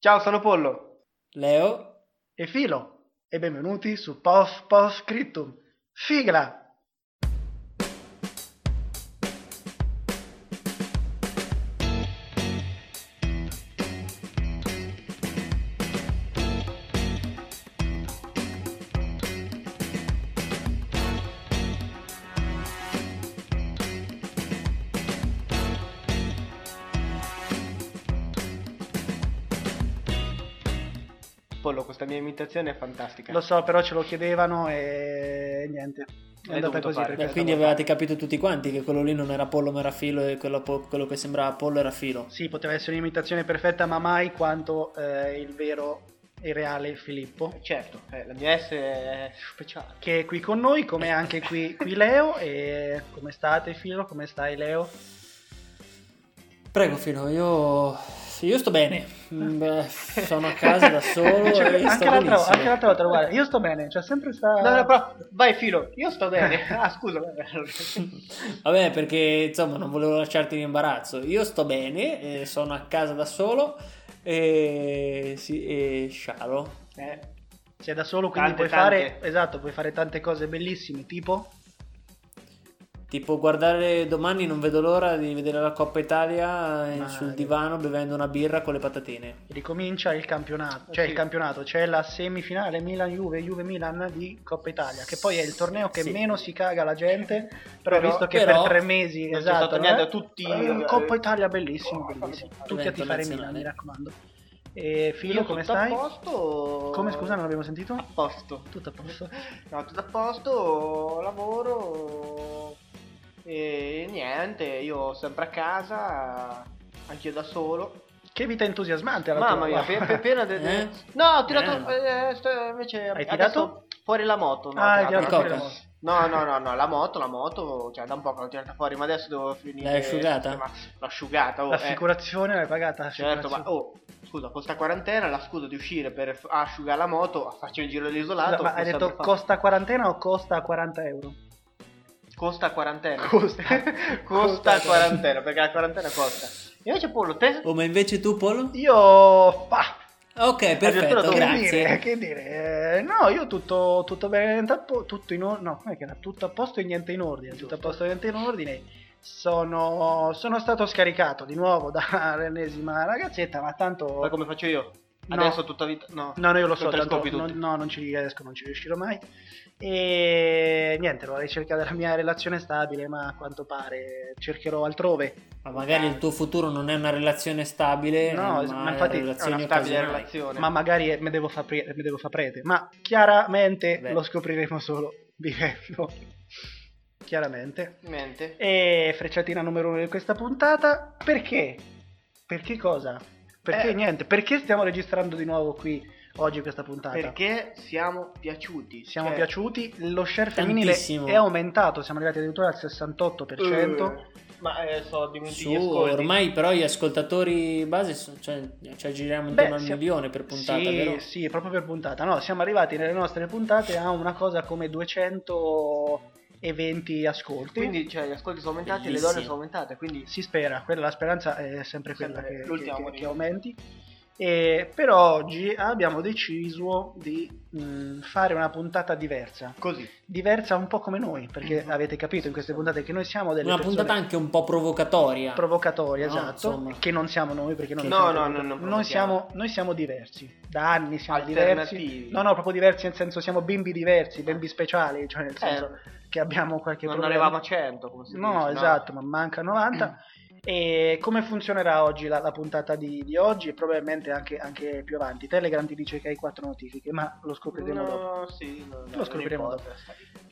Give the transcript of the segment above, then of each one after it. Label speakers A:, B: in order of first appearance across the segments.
A: Ciao, sono Pollo
B: Leo,
A: e Filo e benvenuti su Post Post Scriptum. Sigla!
C: Pollo, questa mia imitazione è fantastica.
A: Lo so, però ce lo chiedevano e niente. È
C: L'hai
A: andata
C: dovuto
A: così.
C: fare.
A: per
B: beh,
A: questa
B: quindi
A: volta.
B: avevate capito tutti quanti che quello lì non era pollo ma era filo e quello, po- quello che sembrava pollo era filo.
A: Sì, poteva essere un'imitazione perfetta, ma mai quanto eh, il vero e reale Filippo.
C: Certo, eh, la mia S è speciale.
A: Che è qui con noi, come anche qui, qui Leo. E come state, Filo? Come stai, Leo?
B: Prego filo, io, io sto bene, Mm, beh, sono a casa da solo
A: Cioè,
B: e sto
A: anche, l'altra,
B: benissimo.
A: anche l'altra volta, guarda, io sto bene, cioè sempre sta...
C: No, no, però vai filo, io sto bene. Ah, scusa. vabbè.
B: Vabbè perché insomma non volevo lasciarti in imbarazzo, io sto bene, eh, sono a casa da solo e, sì, e scialo.
C: Eh,
A: Sei da solo, quindi
C: Tante,
A: puoi
C: tante.
A: fare... Esatto, puoi fare tante cose bellissime, tipo...
B: Tipo guardare domani non vedo l'ora di vedere la Coppa Italia eh,
A: Ma-
B: sul divano bevendo una birra con le patatine.
A: Ricomincia il campionato, cioè
C: Eh, Sì.
A: il campionato, c'è la semifinale Milan-Juve, Juve-Milan di Coppa Italia, che poi è il torneo che
B: Sì.
A: meno si caga la gente, però,
C: Però-
A: visto che
B: però
A: per tre mesi
C: non c'è
A: esatto,
C: stato
A: no,
C: niente,
A: eh?
C: tutti-
A: Eh, Coppa Italia bellissimo, bellissimo. Tutti a
B: Evento
A: tifare Milan,
B: nazionale.
A: mi raccomando. E Filo,
C: io
A: come
C: tutto
A: stai?
C: A posto. Ah.
A: Come scusa, non abbiamo sentito?
C: A posto.
A: Tutto a posto.
C: No, tutto a posto, lavoro e niente, io sempre a casa, anch'io da solo.
A: Che vita entusiasmante alla
C: Mamma mia,
A: tua.
C: pe- pe- appena... de- de-
B: Eh?
C: No, ho tirato... eh, sto- invece
A: Hai
C: adesso
A: tirato?
C: Fuori la moto. No,
A: Ah,
C: ho
A: è
C: tirato-
A: chiaro,
B: Coca.
A: quello.
C: No, no, no, no, la moto, la moto, cioè da un po' che l'ho tirata fuori, ma adesso devo finire...
B: L'hai asciugata?
C: Ma- L'ho asciugata, oh, eh.
A: l'assicurazione l'hai pagata?
C: Certo,
A: l'assicurazione.
C: ma oh, scusa, con sta quarantena la scusa di uscire per f- asciugare la moto, a farci un giro dell'isolato...
A: Ma hai
C: non
A: detto
C: saprò fare.
A: costa quarantena o costa 40 euro?
C: Costa quarantena.
A: Costa.
C: costa quarantena, perché la quarantena costa. Invece Pollo, te...
B: Oh, ma invece tu, Polo?
A: Io... Bah,
B: Ok, perfetto,
C: tu.
A: Che dire,
B: grazie.
A: che dire? Eh, no, io tutto, tutto bene, niente a po- tutto in ordine, no, com'è che era? tutto a posto e niente in ordine, tutto a posto e niente in ordine. Sono, sono stato scaricato di nuovo dall'ennesima ragazzetta, ma
C: Fai
A: tanto...
C: come faccio io?
A: No.
C: Adesso tutta vita... No.
A: No, no, io lo so,
C: Non te li
A: tanto
C: scopi
A: non,
C: tutti.
A: no, non ci riesco, non ci riuscirò mai. E niente, ero alla ricerca della mia relazione stabile, ma a quanto pare cercherò altrove.
B: Ma magari il tuo futuro non è una relazione stabile,
A: No,
B: ma,
A: ma infatti è una
C: È una
B: è una relazione
C: stabile
B: occasionale.
C: relazione.
A: Ma magari eh, me devo fa pre- me devo fa prete. Ma chiaramente
B: Beh.
A: lo scopriremo solo vivendo. chiaramente.
C: Mente.
A: E frecciatina numero uno di questa puntata. Perché? Perché cosa? Perché
C: Eh.
A: niente? Perché stiamo registrando di nuovo qui oggi questa puntata?
C: Perché siamo piaciuti.
A: Siamo
C: cioè-
A: piaciuti, lo share femminile
B: Tantissimo.
A: è aumentato, siamo arrivati addirittura al 68%.
C: Eh, ma eh, so, dimentichi
B: Su,
C: gli ascolti.
B: ormai però gli ascoltatori base, sono- cioè, ci aggiriamo
A: Beh,
B: intorno al
A: siamo-
B: milione per puntata,
A: sì,
B: vero?
A: sì, proprio per puntata. No, siamo arrivati nelle nostre puntate a una cosa come 220 ascolti.
C: Quindi cioè, gli ascolti sono aumentati e le
B: Bellissimo.
C: donne sono aumentate, quindi
A: si spera, quella, la speranza è sempre quella
C: Sempre
A: che,
C: l'ultima
A: che-
C: morire.
A: che aumenti. E per oggi abbiamo deciso di mh, fare una puntata diversa.
C: così.
A: Diversa un po' come noi, perché
C: Mm.
A: avete capito in queste puntate che noi siamo delle
B: Una
A: persone
B: puntata anche un po' provocatoria.
A: provocatoria,
B: No,
A: esatto,
B: insomma.
A: che non siamo noi perché noi
C: No,
A: non siamo
C: no,
A: provocatori.
C: no, non
A: noi,
C: provochiamo.
A: siamo, noi siamo diversi, da anni siamo diversi.
C: Alternativi.
A: No, no, proprio diversi nel senso siamo bimbi diversi, bimbi speciali, cioè nel senso che abbiamo qualche
C: Eh. non
A: problema.
C: arrivava a 100, come si dice,
A: No, esatto, ma manca 90. E come funzionerà oggi la, la puntata di, di oggi? Probabilmente anche, anche più avanti. Telegram ti dice che hai quattro notifiche, ma lo scopriremo dopo.
C: No, sì, no, no, non
A: scopriremo
C: importa.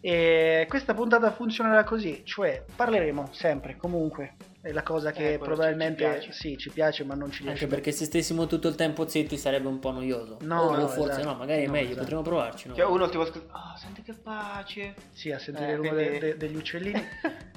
A: E questa puntata funzionerà così, cioè parleremo sempre, comunque. È la cosa che
C: Eh, quello ci-
A: probabilmente
C: ci piace.
A: sì, ci piace, ma non ci
B: Anche
A: riesce.
B: perché se stessimo tutto il tempo zitti sarebbe un po' noioso.
A: No,
B: o
A: no,
B: forse
A: esatto.
B: no, magari è
A: No,
B: meglio,
A: esatto.
B: potremmo provarci. No?
C: Cioè, uno ti va a scrivere, ah, senti che pace.
A: Sì, a sentire
C: Eh,
A: il rumore
C: quindi-
A: de- degli uccellini.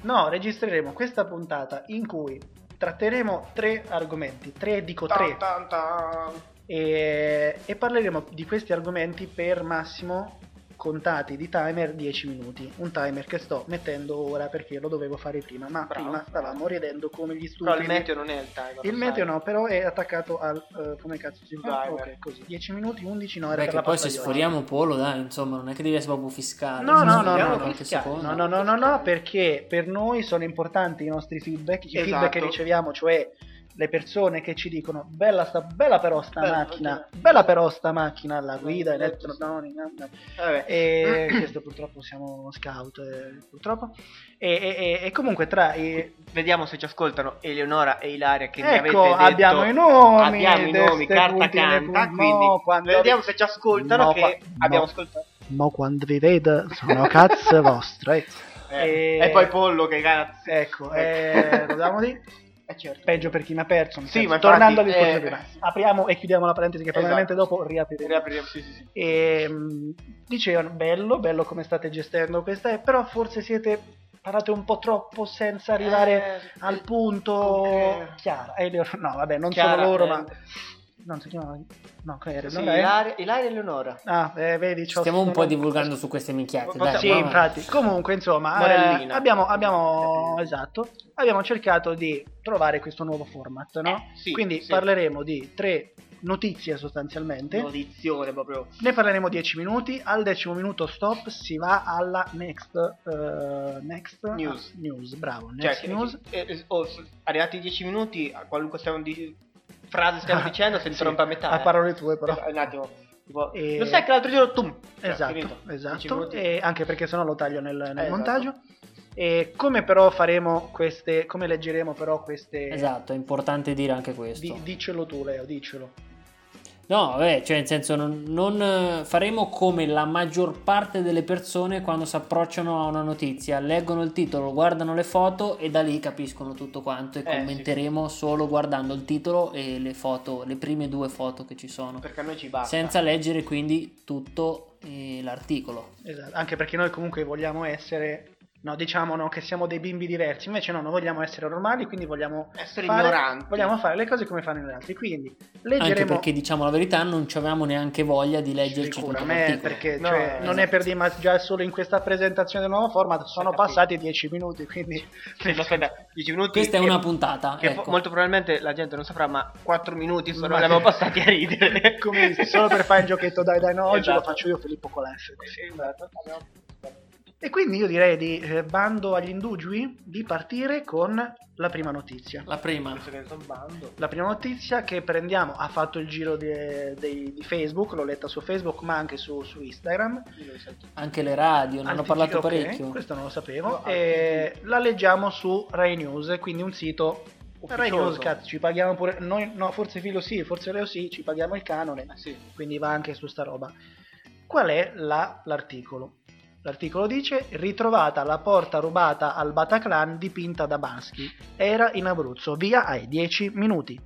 A: No, registreremo questa puntata in cui tratteremo tre argomenti, tre dico tre,
C: Tan, tan, tan.
A: e, e parleremo di questi argomenti per massimo contati di timer 10 minuti. Un timer che sto mettendo ora perché lo dovevo fare prima, ma
C: Bravo.
A: prima stavamo ridendo come gli
C: Però
A: stupidi.
C: il meteo non è il timer.
A: Il
C: lo
A: meteo
C: sai.
A: no, però è attaccato al... eh, come cazzo si chiama?
C: Driver.
A: Ok, così. 10 minuti, 11 no, era
B: Beh,
A: per
B: che
A: la
B: poi
A: pasta
B: se
A: di oggi.
B: sforiamo Polo, dai, insomma, non è che devi essere proprio
C: Ah,
B: fiscale.
A: No, no,
B: insomma,
A: no,
B: vediamo
A: no,
B: qualche
C: fiscale,
B: secondo.
A: No, no, no, no, no, perché per noi sono importanti i nostri feedback, i
C: Esatto.
A: feedback che riceviamo, cioè le persone che ci dicono bella, sta, bella però sta
C: Bella,
A: macchina,
C: ok.
A: bella però sta macchina, la guida,
C: Sì, sì.
A: elettro, no, no, no, no.
C: Vabbè.
A: E questo purtroppo siamo scout, eh, purtroppo. E, e- e- e comunque tra i...
C: Vediamo se ci ascoltano Eleonora e Ilaria che mi avete
A: Ecco,
C: detto-
A: abbiamo i nomi,
C: abbiamo i
A: de-
C: nomi,
A: ste
C: carta
A: puntine,
C: canta,
A: no,
C: quindi
A: quando-
C: vediamo se ci ascoltano
A: No,
C: che
A: qua-
C: abbiamo
A: no.
C: ascoltato.
A: Mo quando vi vedo sono cazzo vostre. Eh,
C: Eh, E poi Pollo che cazzo.
A: Ecco, eh, lo dobbiamo dire.
C: Eh, certo.
A: peggio per chi ne ha perso. nel
C: Sì,
A: senso,
C: ma infatti,
A: tornando al discorso
C: eh,
A: prima, apriamo e chiudiamo la parentesi che
C: Esatto.
A: probabilmente dopo riapriremo.
C: Riapriamo, sì, sì, sì.
A: Ehm, dicevano, bello, bello come state gestendo questa, eh, però forse siete parlate un po' troppo senza arrivare
C: Eh,
A: al punto
C: ok.
A: chiaro. Eh, loro- no, vabbè, non
C: Chiara,
A: solo loro,
C: eh.
A: ma... Non si chiamano... No, che era,
C: Sì, ah.
A: non è?
C: Ilaria, Ilaria e Eleonora.
A: Ah, eh, vedi, c'ho-
B: Stiamo un po'
A: sono-
B: divulgando su queste minchiate.
C: Possiamo-
B: Dai,
A: Sì,
B: mamma.
A: infatti. Comunque, insomma, eh,
C: Morellina.
A: abbiamo, abbiamo, esatto, abbiamo cercato di trovare questo nuovo format, no?
C: Eh, sì,
A: Quindi
C: sì.
A: parleremo di tre notizie sostanzialmente.
C: Notizione proprio.
A: Ne parleremo 10 minuti. Al decimo minuto stop si va alla next, eh, next
C: News.
A: ah, news, bravo.
C: Cioè,
A: Next
C: che-
A: news.
C: eh, eh, oh, arrivati i 10 minuti, a qualunque stiamo di- frase stiamo
A: Ah,
C: dicendo, se ne
A: sì,
C: rompe a metà.
A: A
C: eh.
A: parole tue, però.
C: Eh, Un attimo. tipo,
A: E-
C: Lo sai che l'altro giorno tu. Cioè,
A: Esatto,
C: finito. 10
A: esatto.
C: minuti.
A: E anche perché sennò lo taglio nel, nel
C: esatto.
A: montaggio. E come però faremo queste, come leggeremo però queste...
B: Esatto, è importante dire anche questo.
A: Di- dicelo tu, Leo, dicelo.
B: No, vabbè, cioè nel senso non, non, eh, faremo come la maggior parte delle persone quando si approcciano a una notizia, leggono il titolo, guardano le foto e da lì capiscono tutto quanto e
C: Eh,
B: commenteremo solo guardando il titolo e le foto, le prime due foto che ci sono,
C: Perché a noi ci basta.
B: senza leggere quindi tutto eh, l'articolo.
A: Esatto, Anche perché noi comunque vogliamo essere, no, diciamo no, che siamo dei bimbi diversi, invece no, non vogliamo essere normali, quindi vogliamo
C: essere
A: fare,
C: ignoranti.
A: vogliamo fare le cose come fanno gli altri. Quindi
B: Anche
A: leggeremo
B: perché diciamo la verità, non ci avevamo neanche voglia di leggerci tutto
A: sicuramente,
B: l'articolo.
A: perché
C: No,
A: cioè,
C: esatto.
A: non è per dire, ma già solo in questa presentazione del nuovo format sono
C: capito.
A: passati 10 minuti, quindi
C: Sì, ma aspetta, 10 minuti.
B: Questa è
C: che-
B: una puntata,
C: Che
B: ecco.
C: po- molto probabilmente la gente non saprà, ma 4 minuti sono
A: Ma-
C: li abbiamo passati a ridere.
A: come solo per fare il giochetto dai dai no, oggi lo
C: Esatto.
A: faccio io Filippo Colasse.
C: Esatto, abbiamo-
A: E quindi io direi di eh, bando agli indugi di partire con la prima notizia.
B: La prima.
C: Penso che ne sto bando.
A: La prima notizia che prendiamo ha fatto il giro di, dei- di Facebook, l'ho letta su Facebook ma anche su, su Instagram.
C: Io lo sento. Eh,
B: Anche le radio, ne hanno
A: Altri-
B: parlato
A: ok,
B: parecchio.
A: Questo non lo sapevo.
C: No,
A: e la leggiamo su Rai News, quindi un sito... Rai News,
C: Ufficioso.
A: cazzo, ci paghiamo pure... Noi, no, forse Filo sì, forse Leo sì, ci paghiamo il canone,
C: Eh, sì.
A: quindi va anche su sta roba. Qual è la- l'articolo? L'articolo dice ritrovata la porta rubata al Bataclan dipinta da Bansky. Era in Abruzzo, via ai 10 minuti.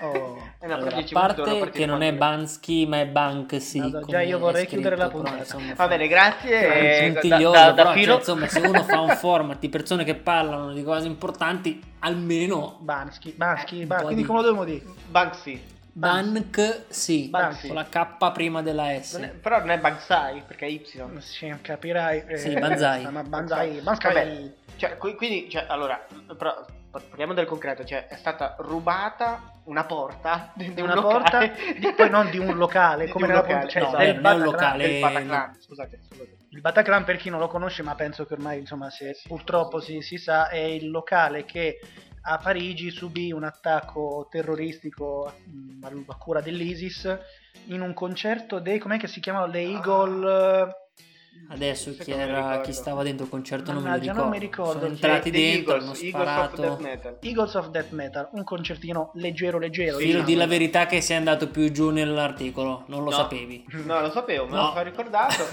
A: Oh.
C: È una
B: Allora, a
C: parte
B: parte che non è
C: bando
B: Bansky, ma è Banksy.
A: Madonna, già
B: come
A: io
B: è
A: vorrei
B: scritto,
A: chiudere la
B: però,
A: puntata.
B: insomma,
C: Va
B: fa-
C: bene,
B: fa un
C: grazie. eh, da,
B: puntiglioso,
C: da- da
B: però, cioè,
C: filo.
B: insomma, se uno fa un format di persone che parlano di cose importanti, almeno
A: Bansky, Bansky,
B: Eh,
A: Ban-
B: un po'
A: quindi
B: di-
A: come lo dobbiamo dire?
C: Banksy.
B: Banksy,
A: Banksy.
B: con la K prima della S.
C: Non è- però non è Banksai, perché è Y.
A: Sì, capirai. eh,
B: Sì, Banzai.
A: Ma Banzai,
C: Vabbè.
A: Banzai.
C: Cioè, qui- quindi, cioè, allora, però, parliamo del concreto. Cioè, è stata rubata una porta di
A: Di
C: un
A: una
C: locale.
A: porta, poi non di un locale,
C: Di
A: come
C: un
A: nella
C: locale,
A: puntata- cioè,
B: no,
A: del
B: vabbè, non è un
A: Bataclan-
B: locale.
C: del Bataclan. Scusate, scusate.
A: Il Bataclan, per chi non lo conosce, ma penso che ormai, insomma, se purtroppo si, si sa, è il locale che a Parigi subì un attacco terroristico mh, a a cura dell'ISIS in un concerto dei, com'è che si chiamano, le
C: Ah.
A: Eagle... eh,
B: Adesso
C: Sai
B: chi,
C: che non mi
B: era,
C: ricordo.
B: chi stava dentro il concerto non me lo
A: Mannaggia,
B: ricordo.
A: non mi ricordo,
B: Sono
A: cioè,
B: entrati
C: The
B: dentro, hanno
C: Eagles, Eagles of Death
B: sparato.
C: Metal.
A: Eagles of Death Metal, un concertino leggero leggero.
B: Filo
A: diciamo.
B: di la verità che sei andato più giù nell'articolo, non
C: No.
B: lo
C: Esatto.
B: sapevi.
C: No, lo sapevo, me
B: No.
C: lo sono ricordato.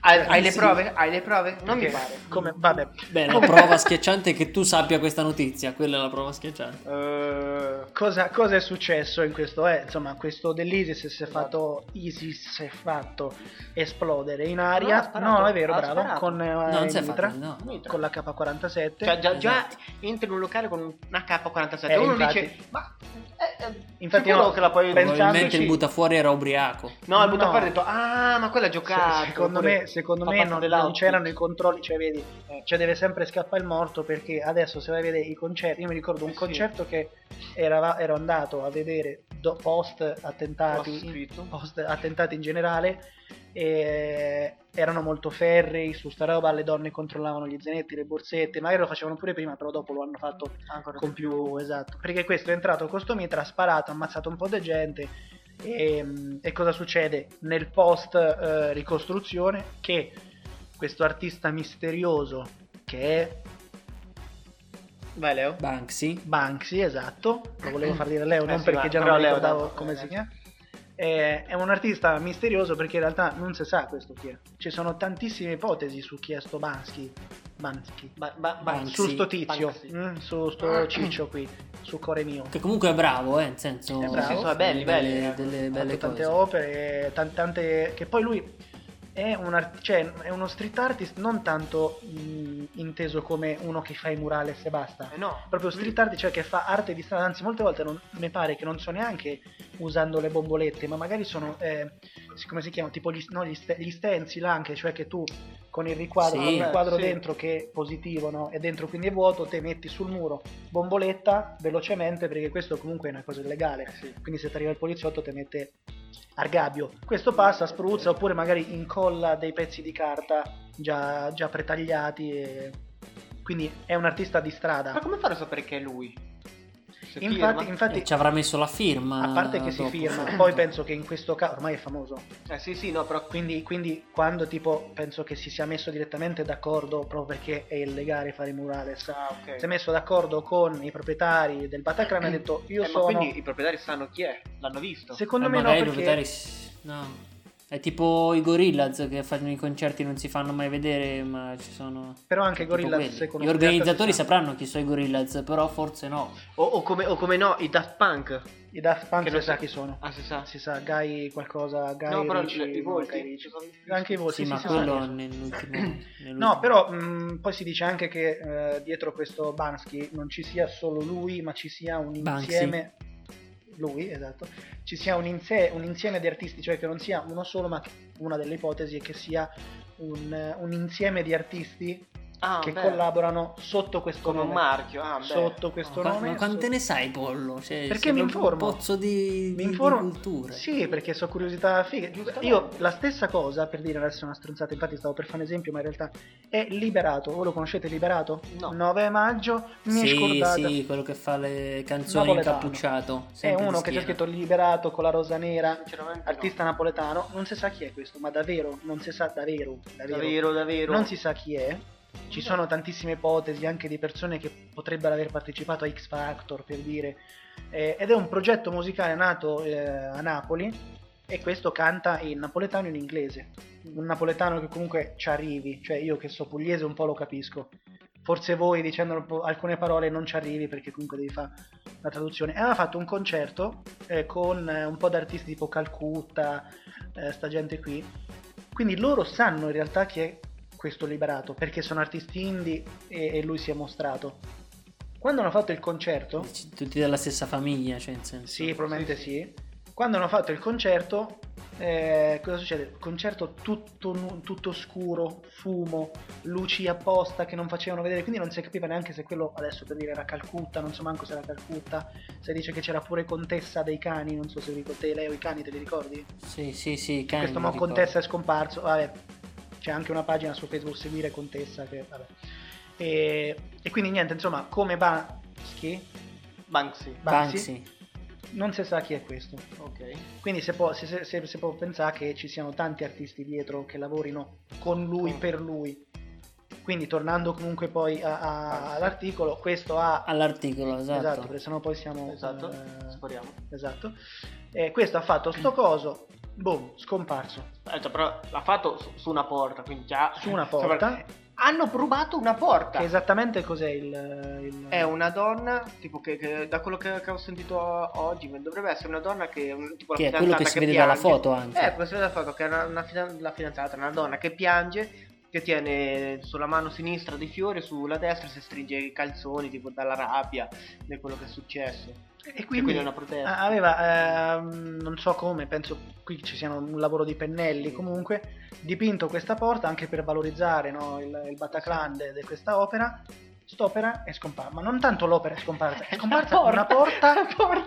C: Hai, hai le
B: Sì.
C: prove? Hai le prove? Non mi
A: Che-
C: pare.
A: Come, vabbè,
B: Beh, la prova schiacciante è che tu sappia questa notizia, quella è la prova schiacciante.
C: Eh,
A: cosa, cosa è successo in questo? Eh, insomma, questo dell'ISIS si è
C: Esatto.
A: fatto, ISIS si è fatto esplodere in
C: ha
A: aria.
C: sparato,
A: No, è vero,
C: ha
A: bravo.
C: sparato.
A: Con eh,
B: No, non si è
A: il
B: fatto,
A: mitra,
B: no. no.
C: mitra.
A: con la K47.
C: Cioè, già, già
B: Esatto.
C: entri in un locale con una K47.
A: Eh,
C: uno
A: infatti.
C: dice, ma è,
A: Infatti
C: sicuro
A: no,
C: che la puoi
A: pensandoci-
B: Probabilmente il buttafuori era ubriaco.
C: No, il buttafuori
A: No.
C: ha detto, ah, ma quella è giocata.
A: Se- secondo me, secondo me non, non c'erano i controlli, cioè vedi,
C: Eh.
A: cioè deve sempre scappare il morto perché adesso se vai a vedere i concerti, io mi ricordo un
C: Eh Sì.
A: concerto che era- ero andato a vedere do- post attentati,
C: scritto.
A: post attentati in generale, e erano molto ferri su sta roba, le donne controllavano gli zanetti, le borsette, magari lo facevano pure prima, però dopo lo hanno fatto
C: Ancora
A: con più esatto perché questo è entrato con sto mitra ha sparato ha ammazzato un po' di gente ehm, e, e cosa succede nel post eh, ricostruzione che questo artista misterioso che è
C: Vai, Leo.
B: Banksy.
A: Banksy esatto lo volevo far dire Leo
C: Eh
A: non
C: sì,
A: perché
C: va,
A: già
C: però
A: non
C: Leo,
A: ricordavo
C: dai,
A: come
C: dai,
A: si
C: dai.
A: chiama Eh, è un artista misterioso perché in realtà non si sa questo chi è ci sono tantissime ipotesi su chi è sto Bansky Bansky
C: Ba- ba-
B: Banksy.
A: su sto tizio
C: Banksy. Ah.
A: mm, su sto ciccio qui su core mio
B: Che comunque è bravo, eh, nel senso...
A: È bravo. Sì,
C: sono belli,
B: delle-
C: belli,
B: Delle
A: ha
B: belle
A: fatto tante
B: cose.
A: opere, tan- tante, che poi lui è, un art- cioè, è uno street artist non tanto mh, inteso come uno che fa i murales e basta.
C: Eh no,
A: Proprio street art, cioè che fa arte di strada, anzi molte volte non, mi pare che non so neanche usando le bombolette, ma magari sono, eh, si- come si chiamano, tipo gli, no, gli, ste- gli stencil anche, cioè che tu con il riquadro,
B: Sì.
A: hai il riquadro
C: Sì.
A: dentro che è positivo no? e dentro quindi è vuoto, te metti sul muro bomboletta velocemente perché questo comunque è una cosa illegale quindi se ti arriva il poliziotto ti mette argabbio questo passa spruzza oppure magari incolla dei pezzi di carta già, già pretagliati e- quindi è un artista di
C: Ma
A: strada
C: come farò a sapere che è lui? Se
A: infatti,
C: firma-
A: infatti
B: E ci avrà messo la firma.
A: a parte che si
B: dopo,
A: firma
B: certo.
A: poi penso che in questo caso ormai è famoso
C: Eh, sì, sì, no, però...
A: quindi, quindi quando tipo penso che si sia messo direttamente d'accordo proprio perché è illegale fare i murales
C: Ah, ok.
A: si è messo d'accordo con i proprietari del Bataclan e ha detto io
C: Eh, ma
A: sono
C: quindi i proprietari sanno chi è, l'hanno visto.
A: secondo
B: Eh,
A: me no
B: magari i
A: perché
B: proprietari s- no. È tipo i Gorillaz che fanno i concerti e non si fanno mai vedere, ma ci sono.
A: però anche i
B: tipo
A: Gorillaz
B: quelli.
A: secondo
B: Gli
A: me
B: organizzatori
A: si sa.
B: sapranno chi sono i Gorillaz, però forse no.
C: O, o come, o come no, i Daft Punk.
A: i Daft Punk
C: Che
A: si
C: non
A: sa
C: si-
A: chi sono
C: Ah, si sa.
A: si sa Guy qualcosa Guy
C: no, però cioè,
A: Ritchie, Guy
C: i volti.
A: Ritchie. anche i volti
B: sì,
A: sì,
B: ma
A: si sa chi
B: quello
A: sono.
B: nell'ultimo, nell'ultimo-
A: No, però mh, poi si dice anche che eh, dietro questo Bansky non ci sia solo lui, ma ci sia un
B: Banksy.
A: insieme. Lui, esatto. Ci sia un, inse- un insieme di artisti, cioè che non sia uno solo, ma che- una delle ipotesi è che sia un, eh, un insieme di artisti
C: Ah,
A: che
C: beh,
A: collaborano sotto questo
C: Con un
A: nome.
C: marchio, ah, beh.
A: Eh, sotto questo
B: Ma,
A: nome.
B: ma quante
A: sotto-
B: ne sai, Pollo? Cioè,
A: Perché
B: sei
A: mi
B: proprio
A: informo.
B: Un pozzo di, di-
A: Mi
B: di
A: informo-
B: cultura.
A: Sì, perché so curiosità fighe.
C: Giustamente.
A: Io la stessa cosa, per dire adesso è una stronzata, infatti stavo per fare un esempio, ma in realtà è Liberato. Voi lo conoscete Liberato?
C: No.
A: 9 maggio, mi è
B: Sì,
A: scordata.
B: sì, quello che fa le canzoni
A: Napoletano.
B: incappucciato.
A: È
B: sempre di
A: uno che c'è
B: schiena.
A: scritto Liberato con la rosa nera,
C: Sinceramente
A: artista napoletano. Non si sa chi è questo, ma davvero, non si sa davvero,
C: no.
A: davvero.
C: Davvero, davvero.
A: Non si sa chi è. Ci
C: No.
A: sono tantissime ipotesi anche di persone che potrebbero aver partecipato a X Factor, per dire. Eh, ed è un progetto musicale nato eh, a Napoli e questo canta in napoletano e in inglese. Un napoletano che comunque ci arrivi, cioè io che so pugliese un po' lo capisco. Forse voi dicendo un po' alcune parole non ci arrivi perché comunque devi fare la traduzione. E aveva fatto un concerto eh, con eh, un po' di artisti tipo Calcutta, eh, sta gente qui. Quindi loro sanno in realtà chi è questo liberato perché sono artisti indie e, e lui si è mostrato. Quando hanno fatto il concerto,
B: C- Tutti della stessa famiglia, cioè, in senso.
A: sì, probabilmente
C: sì,
A: sì. Quando hanno fatto il concerto, eh, cosa succede? Concerto tutto, nu- tutto scuro, fumo, luci apposta che non facevano vedere, quindi non si capiva neanche se quello adesso per dire era Calcutta, non so manco se era Calcutta. Se dice che c'era pure Contessa dei cani, non so se vi ricordi, te, Leo, i cani te li ricordi?
B: Sì, sì, sì, cani,
A: questo
B: mi
A: mo
B: ricordo.
A: Contessa è scomparso. Vabbè, c'è anche una pagina su Facebook seguire Contessa. Che, vabbè. E, e quindi niente, insomma, come Bansky,
C: Banksy.
A: Banksy,
B: Banksy.
A: non si sa chi è questo.
C: Ok.
A: Quindi se può, se, se- se- se può pensare che ci siano tanti artisti dietro che lavorino con lui,
C: Con-
A: per lui. Quindi tornando comunque poi a- a-
C: Banksy.
A: all'articolo, questo ha...
B: All'articolo, esatto.
A: Esatto, perché sennò poi siamo...
C: Esatto.
A: eh,
C: Speriamo.
A: esatto. Eh, questo ha fatto sto coso, boom, scomparso.
C: Eh, cioè, però l'ha fatto su, su una porta, quindi già...
A: Su una
C: Cioè,
A: porta.
C: perché hanno rubato una porta.
A: Che esattamente cos'è il, il-
C: È una donna, tipo che, che- da quello che, che ho sentito oggi, dovrebbe essere una donna che un- tipo la
B: Che è quello
C: fidanzata
B: che si vede dalla
C: piange.
B: foto anche.
C: Eh, come si vede dalla foto, che è una, una fidan- la fidanzata, una donna che piange, che tiene sulla mano sinistra dei fiori, sulla destra si stringe i calzoni, tipo dalla rabbia, di quello che è successo.
A: E
C: Quindi,
A: quindi
C: è una protesta.
A: a- Ah, aveva, ehm, non so come, penso qui ci siano un lavoro di pennelli, comunque dipinto questa porta anche per valorizzare no, il, il Bataclan de- di questa opera. St'opera è scomparsa, ma non tanto l'opera è scomparsa, è scomparsa una porta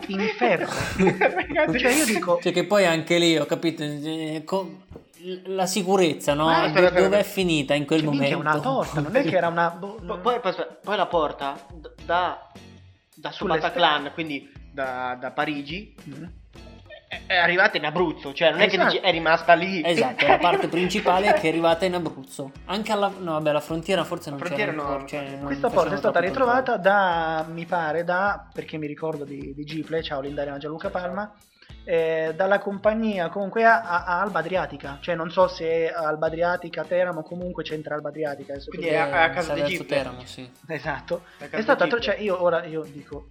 A: in ferro.
C: Ragazzi,
A: Cioè io dico,
B: Cioè che poi anche lì ho capito eh, co- la sicurezza, no?
A: Eh,
C: Ah, aspetta,
B: Do-
C: aspetta,
B: Dov'è
C: aspetta.
B: finita in quel
A: che Cioè, minchia, è
B: momento?
A: una porta, non è che era una... boh,
C: Po- poi, poi- poi la porta d- da, da
A: Sulle
C: Subata Clan, quindi da, da Parigi,
A: Mm.
C: è- è arrivata in Abruzzo, cioè non è
A: Esatto.
C: che dici, è rimasta lì.
B: Esatto, la parte principale che è arrivata in Abruzzo. Anche alla no, vabbè, la frontiera forse non
C: La frontiera
B: c'era
C: no.
B: ancora, cioè, non
A: Questa
B: facevano
A: porta è stata
B: troppo
A: ritrovata da, mi pare, da, perché mi ricordo di, di Giple, ciao Lindariana Gianluca Palma, eh, dalla compagnia comunque a, a Alba Adriatica, cioè non so se Alba Adriatica, Teramo, comunque c'entra Alba Adriatica. adesso
C: Quindi
B: controllo.
C: è a- a
B: Eh,
C: casa
B: Salerzo
C: d'Egitto.
B: Teramo, sì.
A: così- Esatto.
C: La casa
A: È stata,
C: d'Egitto.
A: tro- cioè io ora, io dico,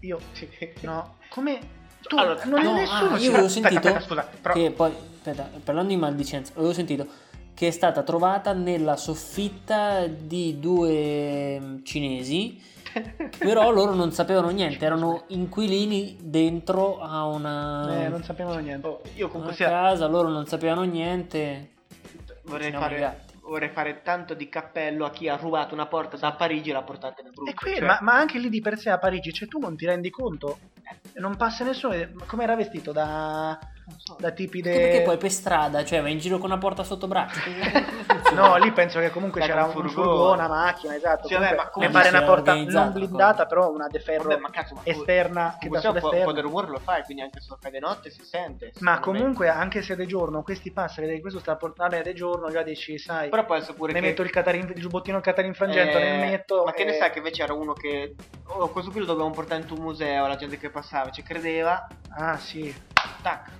A: io,
C: Sì.
A: no, come... Tu,
C: Allora,
A: non è
B: no,
A: nessuno...
B: ah,
A: ci
B: io
A: fa-
B: avevo
C: Aspetta,
B: sentito
C: aspetta, scusa, però-
B: che poi aspetta, parlando di maldicenza, avevo sentito che è stata trovata nella soffitta di due mm, cinesi, però loro non sapevano niente, erano inquilini dentro a una,
A: Eh, non sapevano niente.
C: Oh, io
B: a
C: comunque
B: una
C: sia,
B: casa, loro non sapevano niente.
A: cioè,
C: vorrei,
B: Siamo
C: fare,
B: legati.
C: vorrei fare tanto di cappello a chi ha rubato una porta da Parigi e l'ha portata in Abruzzo.
A: E qui,
C: cioè,
A: ma, ma anche lì di per sé a Parigi, cioè tu non ti rendi conto, eh, non passa nessuno, ma come era vestito da,
C: non so.
A: da tipi de...
B: Anche perché poi per strada, cioè vai in giro con una porta sotto braccio.
A: No, lì penso che comunque
C: Beh,
A: c'era
C: un
A: un
C: furgone.
A: furgone, una macchina, esatto.
C: Sì, vabbè,
A: Comunque,
C: ma comunque
A: mi pare
B: si
A: una
B: era
A: porta
B: organizzata
A: non
B: la
A: blindata,
B: cosa.
A: però una de ferro
C: Vabbè, ma cazzo, ma tu-
A: esterna che da
C: Questo po-
A: sull'esterno.
C: poter rumore lo fai, quindi anche se lo fai di notte si sente.
A: Ma
C: secondo me.
A: comunque, anche se è de giorno, questi passeri, di questo sta portale de giorno, già dici, sai,
C: Però può essere pure
A: ne
C: che...
A: metto il, catarin- il giubbottino il catarinfrangento,
C: Eh,
A: ne metto...
C: Ma che ne
A: e-
C: sai che invece era uno che. Oh, questo qui lo dovevamo portare in tu museo, la gente che passava ci credeva.
A: Ah, sì,
C: Tac.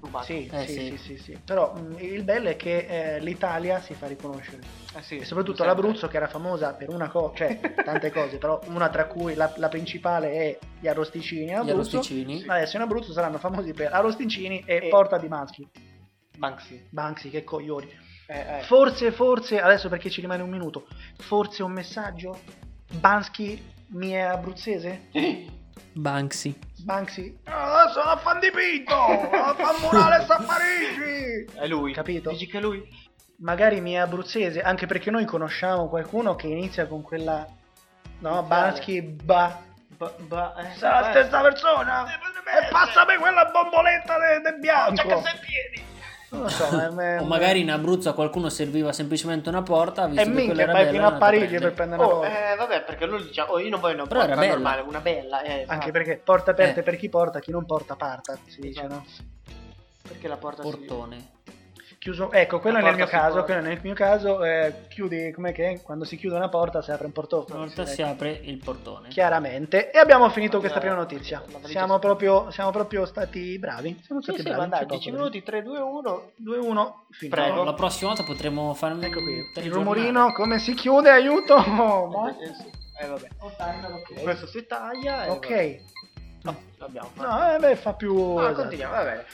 C: Rubato.
A: sì, sì,
B: Eh, sì.
A: sì, sì, sì. Però mh, il bello è che eh, l'Italia si fa riconoscere.
C: Eh sì,
A: E soprattutto
C: sempre.
A: l'Abruzzo che era famosa per una cosa, cioè tante cose, però una tra cui la, la principale è gli arrosticini in
B: Gli
A: Abruzzo.
B: arrosticini. Eh.
A: Ma Adesso in Abruzzo saranno famosi per arrostincini e,
C: E-
A: porta di maschi.
C: Banksy.
A: Banksy, che coglioni.
C: Eh, eh.
A: Forse, forse, adesso perché ci rimane un minuto, forse un messaggio? Bansky mi è abruzzese?
B: Banksy.
A: Banksy? Ah, sono fan dipinto! a Fan murales a Parigi!
C: È lui.
A: Capito?
C: Dici che è lui?
A: Magari mi è abruzzese, anche perché noi conosciamo qualcuno che inizia con quella... No,
C: Iniziale.
A: Bansky, ba...
C: Ba- ba- eh,
A: Sarà
C: beh.
A: la stessa persona? Ah,
C: Eh,
A: E passami quella bomboletta de- del bianco!
C: Cioè, che sei in piedi?
A: Non lo so, è- è-
B: O magari in Abruzzo a qualcuno serviva semplicemente una porta, visto
A: E
B: che
A: Eh, minchia,
B: quella era
A: vai
B: bella,
A: fino a
B: andate
A: Parigi per
B: prendere.
A: prendere una
C: Oh,
A: cosa.
C: eh, vabbè, perché lui diceva, oh, io non voglio una
B: Però era
C: porta
B: bella.
C: normale, una bella. Eh,
A: Anche
C: esatto.
A: perché porta aperte
B: Eh. Esatto.
A: per chi porta, chi non porta parta, si dice, no?
C: Perché la porta
B: portone.
A: Chiuso, ecco, quello è
C: La
A: nel mio
C: porta si
A: caso,
C: porta.
A: quello nel mio caso, eh, chiudi, com'è che è? quando si chiude una porta si apre un portone.
B: Una volta
A: Sì,
B: si apre il portone.
A: Chiaramente. E abbiamo finito
C: Ma
A: questa
C: guarda,
A: prima notizia.
C: la valigia
A: Siamo
C: si-
A: proprio, siamo proprio stati bravi. Siamo
C: Sì,
A: stati
C: sì,
A: bravi.
C: ma dai,
A: c'è poco
C: 10
A: da
C: minuti, 3, 2, 1.
A: dire. 2-1, finito.
C: Prego.
B: No, la prossima volta potremmo fare un
A: Ecco qui, il
B: telegiornale.
A: rumorino, come si chiude, aiuto!
C: Eh,
A: Ma-
C: eh, sì. Eh, vabbè.
A: ok.
C: Questo si taglia. e
A: Ok.
C: vabbè. No, l'abbiamo fatto.
A: No, eh, beh, fa più...
C: Ah, No, continuiamo, va bene.